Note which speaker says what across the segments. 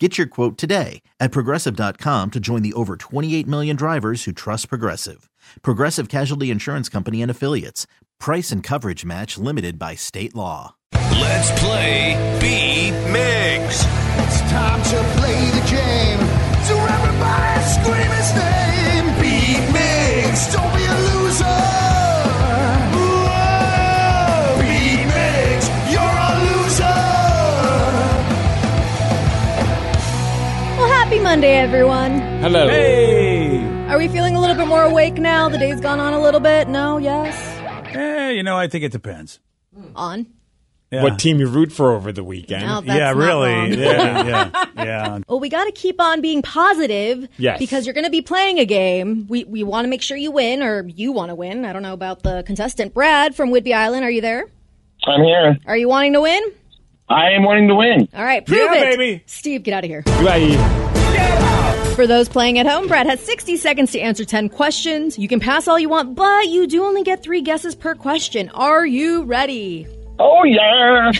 Speaker 1: Get your quote today at progressive.com to join the over 28 million drivers who trust Progressive. Progressive Casualty Insurance Company and Affiliates. Price and coverage match limited by state law.
Speaker 2: Let's play B Migs.
Speaker 3: It's time to play the game. So everybody scream his name. Beat Mix. Don't be a loser. Whoa. Beat Mix. You're a loser.
Speaker 4: Well, happy Monday, everyone.
Speaker 5: Hello.
Speaker 4: Are we feeling a little bit more awake now? The day's gone on a little bit. No, yes,
Speaker 6: Eh, you know, I think it depends.
Speaker 4: on.
Speaker 6: Yeah.
Speaker 5: What team you root for over the weekend?
Speaker 4: No, that's
Speaker 6: yeah,
Speaker 4: not wrong.
Speaker 6: really. Yeah, yeah, yeah.
Speaker 4: Well, we got to keep on being positive.
Speaker 5: Yes.
Speaker 4: Because you're going to be playing a game. We we want to make sure you win, or you want to win. I don't know about the contestant Brad from Whidbey Island. Are you there?
Speaker 7: I'm here.
Speaker 4: Are you wanting to win?
Speaker 7: I am wanting to win.
Speaker 4: All right, prove
Speaker 6: Yeah,
Speaker 4: it,
Speaker 6: baby.
Speaker 4: Steve, get out of here.
Speaker 5: Goodbye.
Speaker 4: For those playing at home, Brad has 60 seconds to answer 10 questions. You can pass all you want, but you do only get three guesses per question. Are you ready?
Speaker 7: Oh yeah.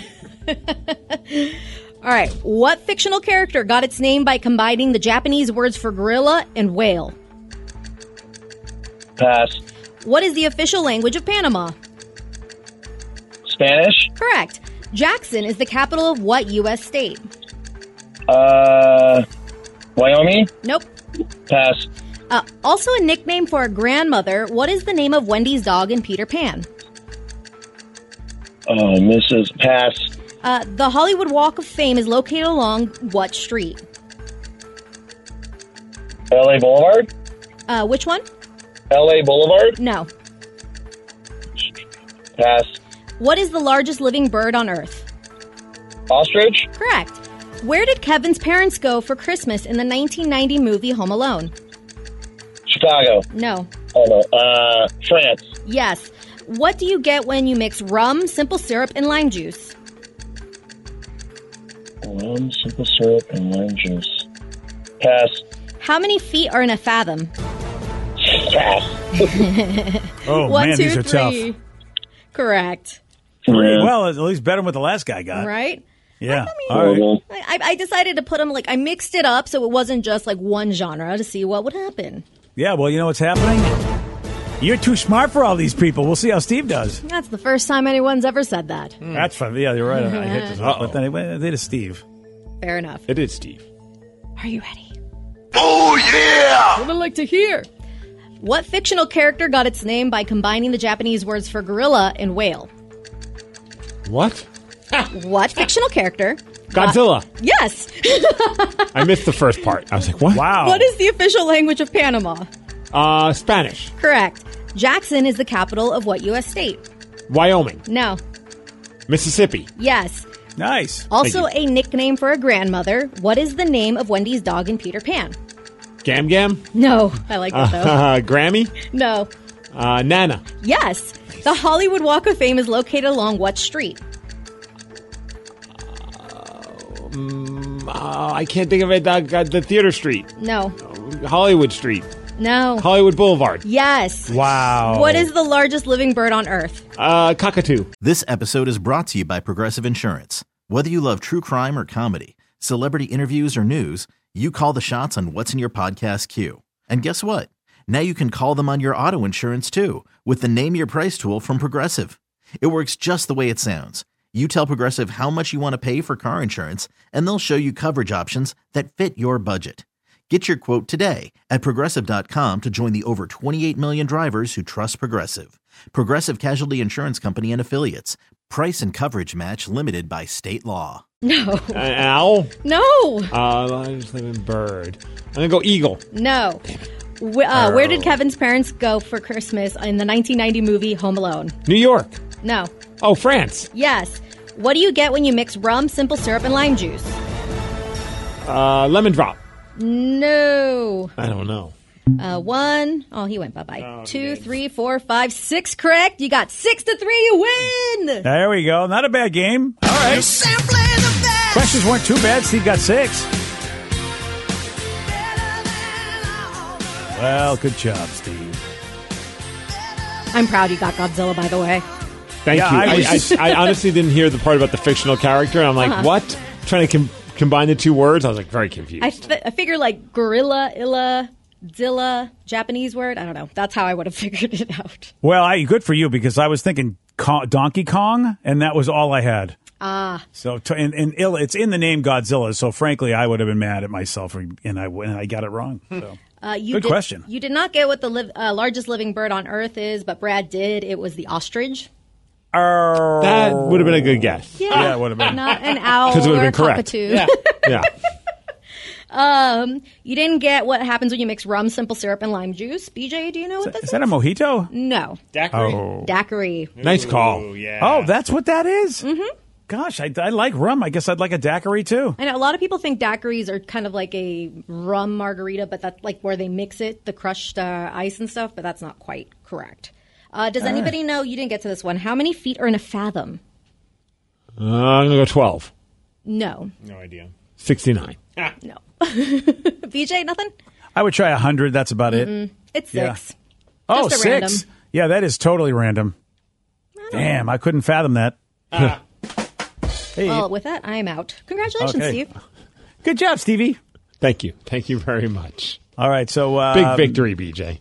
Speaker 4: All right. What fictional character got its name by combining the Japanese words for gorilla and whale?
Speaker 7: Pass.
Speaker 4: What is the official language of Panama?
Speaker 7: Spanish.
Speaker 4: Correct. Jackson is the capital of what U.S. state?
Speaker 7: Uh, Wyoming.
Speaker 4: Nope.
Speaker 7: Pass.
Speaker 4: Uh, also, a nickname for a grandmother. What is the name of Wendy's dog in Peter Pan?
Speaker 7: Oh, Mrs. Pass.
Speaker 4: Uh, the Hollywood Walk of Fame is located along what street?
Speaker 7: L.A. Boulevard.
Speaker 4: Uh, which one?
Speaker 7: L.A. Boulevard.
Speaker 4: No.
Speaker 7: Pass.
Speaker 4: What is the largest living bird on Earth?
Speaker 7: Ostrich.
Speaker 4: Correct. Where did Kevin's parents go for Christmas in the 1990 movie Home Alone?
Speaker 7: Chicago.
Speaker 4: No.
Speaker 7: Oh no. Uh, France.
Speaker 4: Yes. What do you get when you mix rum, simple syrup, and lime juice?
Speaker 7: Rum, simple syrup, and lime juice. Pass.
Speaker 4: How many feet are in a fathom?
Speaker 7: Pass.
Speaker 6: Oh
Speaker 4: One,
Speaker 6: man,
Speaker 4: two,
Speaker 6: these are
Speaker 4: three.
Speaker 6: tough.
Speaker 4: Correct.
Speaker 7: Yeah.
Speaker 6: Well, at least better than what the last guy got.
Speaker 4: Right?
Speaker 6: Yeah. All right.
Speaker 7: Horrible.
Speaker 4: I, I I decided to put them like I mixed it up so it wasn't just like one genre to see what would happen.
Speaker 6: Yeah. Well, you know what's happening? You're too smart for all these people. We'll see how Steve does.
Speaker 4: That's the first time anyone's ever said that.
Speaker 6: That's fun. Yeah, you're right. I hate this. one. But then it did Steve.
Speaker 4: Fair enough.
Speaker 5: It is Steve.
Speaker 4: Are you ready?
Speaker 2: Oh yeah!
Speaker 4: What I like to hear. What fictional character got its name by combining the Japanese words for gorilla and whale?
Speaker 5: What?
Speaker 4: What fictional character?
Speaker 5: Godzilla.
Speaker 4: Yes.
Speaker 5: I missed the first part. I was like, what?
Speaker 6: Wow.
Speaker 4: What is the official language of Panama?
Speaker 5: Uh, Spanish.
Speaker 4: Correct. Jackson is the capital of what U.S. state?
Speaker 5: Wyoming.
Speaker 4: No.
Speaker 5: Mississippi.
Speaker 4: Yes.
Speaker 6: nice?
Speaker 4: Also, a nickname for a grandmother. What is the name of Wendy's dog in Peter Pan?
Speaker 5: Gam Gam.
Speaker 4: No. I like that though.
Speaker 5: Uh, Grammy.
Speaker 4: no.
Speaker 5: Uh, Nana.
Speaker 4: Yes. The Hollywood Walk of Fame is located along what street?
Speaker 5: Uh, I can't think of it. Uh, uh, the Theater Street.
Speaker 4: No.
Speaker 5: Hollywood Street.
Speaker 4: No.
Speaker 5: Hollywood Boulevard.
Speaker 4: yes.
Speaker 6: Wow.
Speaker 4: What is the largest living bird on earth?
Speaker 5: Uh, cockatoo.
Speaker 1: This episode is brought to you by Progressive Insurance. Whether you love true crime or comedy, celebrity interviews or news, you call the shots on what's in your podcast queue. And guess what? Now you can call them on your auto insurance too with the Name Your Price tool from Progressive. It works just the way it sounds. You tell Progressive how much you want to pay for car insurance, and they'll show you coverage options that fit your budget. Get your quote today at progressive.com to join the over 28 million drivers who trust Progressive. Progressive Casualty Insurance Company and Affiliates. Price and coverage match limited by state law.
Speaker 4: No.
Speaker 5: Uh, An owl.
Speaker 4: No.
Speaker 5: Uh, I just live in bird. I'm gonna go eagle.
Speaker 4: No. Wh- uh, where did Kevin's parents go for Christmas in the 1990 movie Home Alone?
Speaker 5: New York.
Speaker 4: No.
Speaker 5: Oh, France.
Speaker 4: Yes. What do you get when you mix rum, simple syrup, and lime juice?
Speaker 5: Uh, lemon drop.
Speaker 4: No.
Speaker 5: I don't know.
Speaker 4: Uh, one, oh, he went bye bye. Two, three, four, five, six. Correct. You got six to three. You win.
Speaker 6: There we go. Not a bad game. All right. Questions weren't too bad. Steve got six. Well, good job, Steve.
Speaker 4: I'm proud you got Godzilla, by the way.
Speaker 5: Thank
Speaker 6: Yeah, I
Speaker 5: you. I,
Speaker 6: was- Uh-huh.
Speaker 5: I, I honestly didn't hear the part about the fictional character. I'm like, what? Trying to com- combine the two words. I was like, very confused.
Speaker 4: I, fi- I figure like gorilla, illa, dilla, Japanese word. I don't know. That's how I would have figured it out.
Speaker 6: Well, I, good for you because I was thinking Kong, Donkey Kong, and that was all I had. Ah. So t- and, and ill, it's in the name Godzilla. So frankly, I would have been mad at myself, for, and I and I got it wrong. So.
Speaker 4: Uh, you
Speaker 6: Good
Speaker 4: did,
Speaker 6: question.
Speaker 4: You did not get what the liv- uh, largest living bird on Earth is, but Brad did. It was the ostrich.
Speaker 6: Arr.
Speaker 5: that would have been a good guess.
Speaker 4: Yeah,
Speaker 6: it would've been.
Speaker 4: not an owl
Speaker 5: 'Cause it
Speaker 4: or
Speaker 5: would've
Speaker 4: a
Speaker 5: been correct.
Speaker 4: cockatoo.
Speaker 5: Yeah.
Speaker 4: You didn't get what happens when you mix rum, simple syrup, and lime juice. BJ, do you know what this
Speaker 6: is that a mojito?
Speaker 4: No.
Speaker 6: Oh,
Speaker 4: Daiquiri.
Speaker 5: Nice call.
Speaker 6: oh, that's what that Mm-hmm. Gosh, I, I like rum. I guess I'd like a daiquiri too.
Speaker 4: I know a lot of people think daiquiris are kind of like a rum margarita, but that's like where they mix it, the crushed uh, ice and stuff, but that's not quite correct. Uh, does anybody know? You didn't get to this one. How many feet are in a fathom?
Speaker 5: Uh, I'm going to go 12.
Speaker 4: No.
Speaker 5: 69.
Speaker 4: No. BJ, nothing?
Speaker 6: I would try a hundred. That's about it.
Speaker 4: It's
Speaker 6: Yeah.
Speaker 4: six.
Speaker 6: Oh,
Speaker 4: Just a
Speaker 6: six.
Speaker 4: random.
Speaker 6: Yeah, that is totally random. Damn, I couldn't fathom that. Hey,
Speaker 4: Well, with that, I am out. Congratulations,
Speaker 6: Okay.
Speaker 4: Steve.
Speaker 6: good job, Stevie.
Speaker 5: Thank you. Thank you very much.
Speaker 6: All right, so uh,
Speaker 5: Big victory, BJ.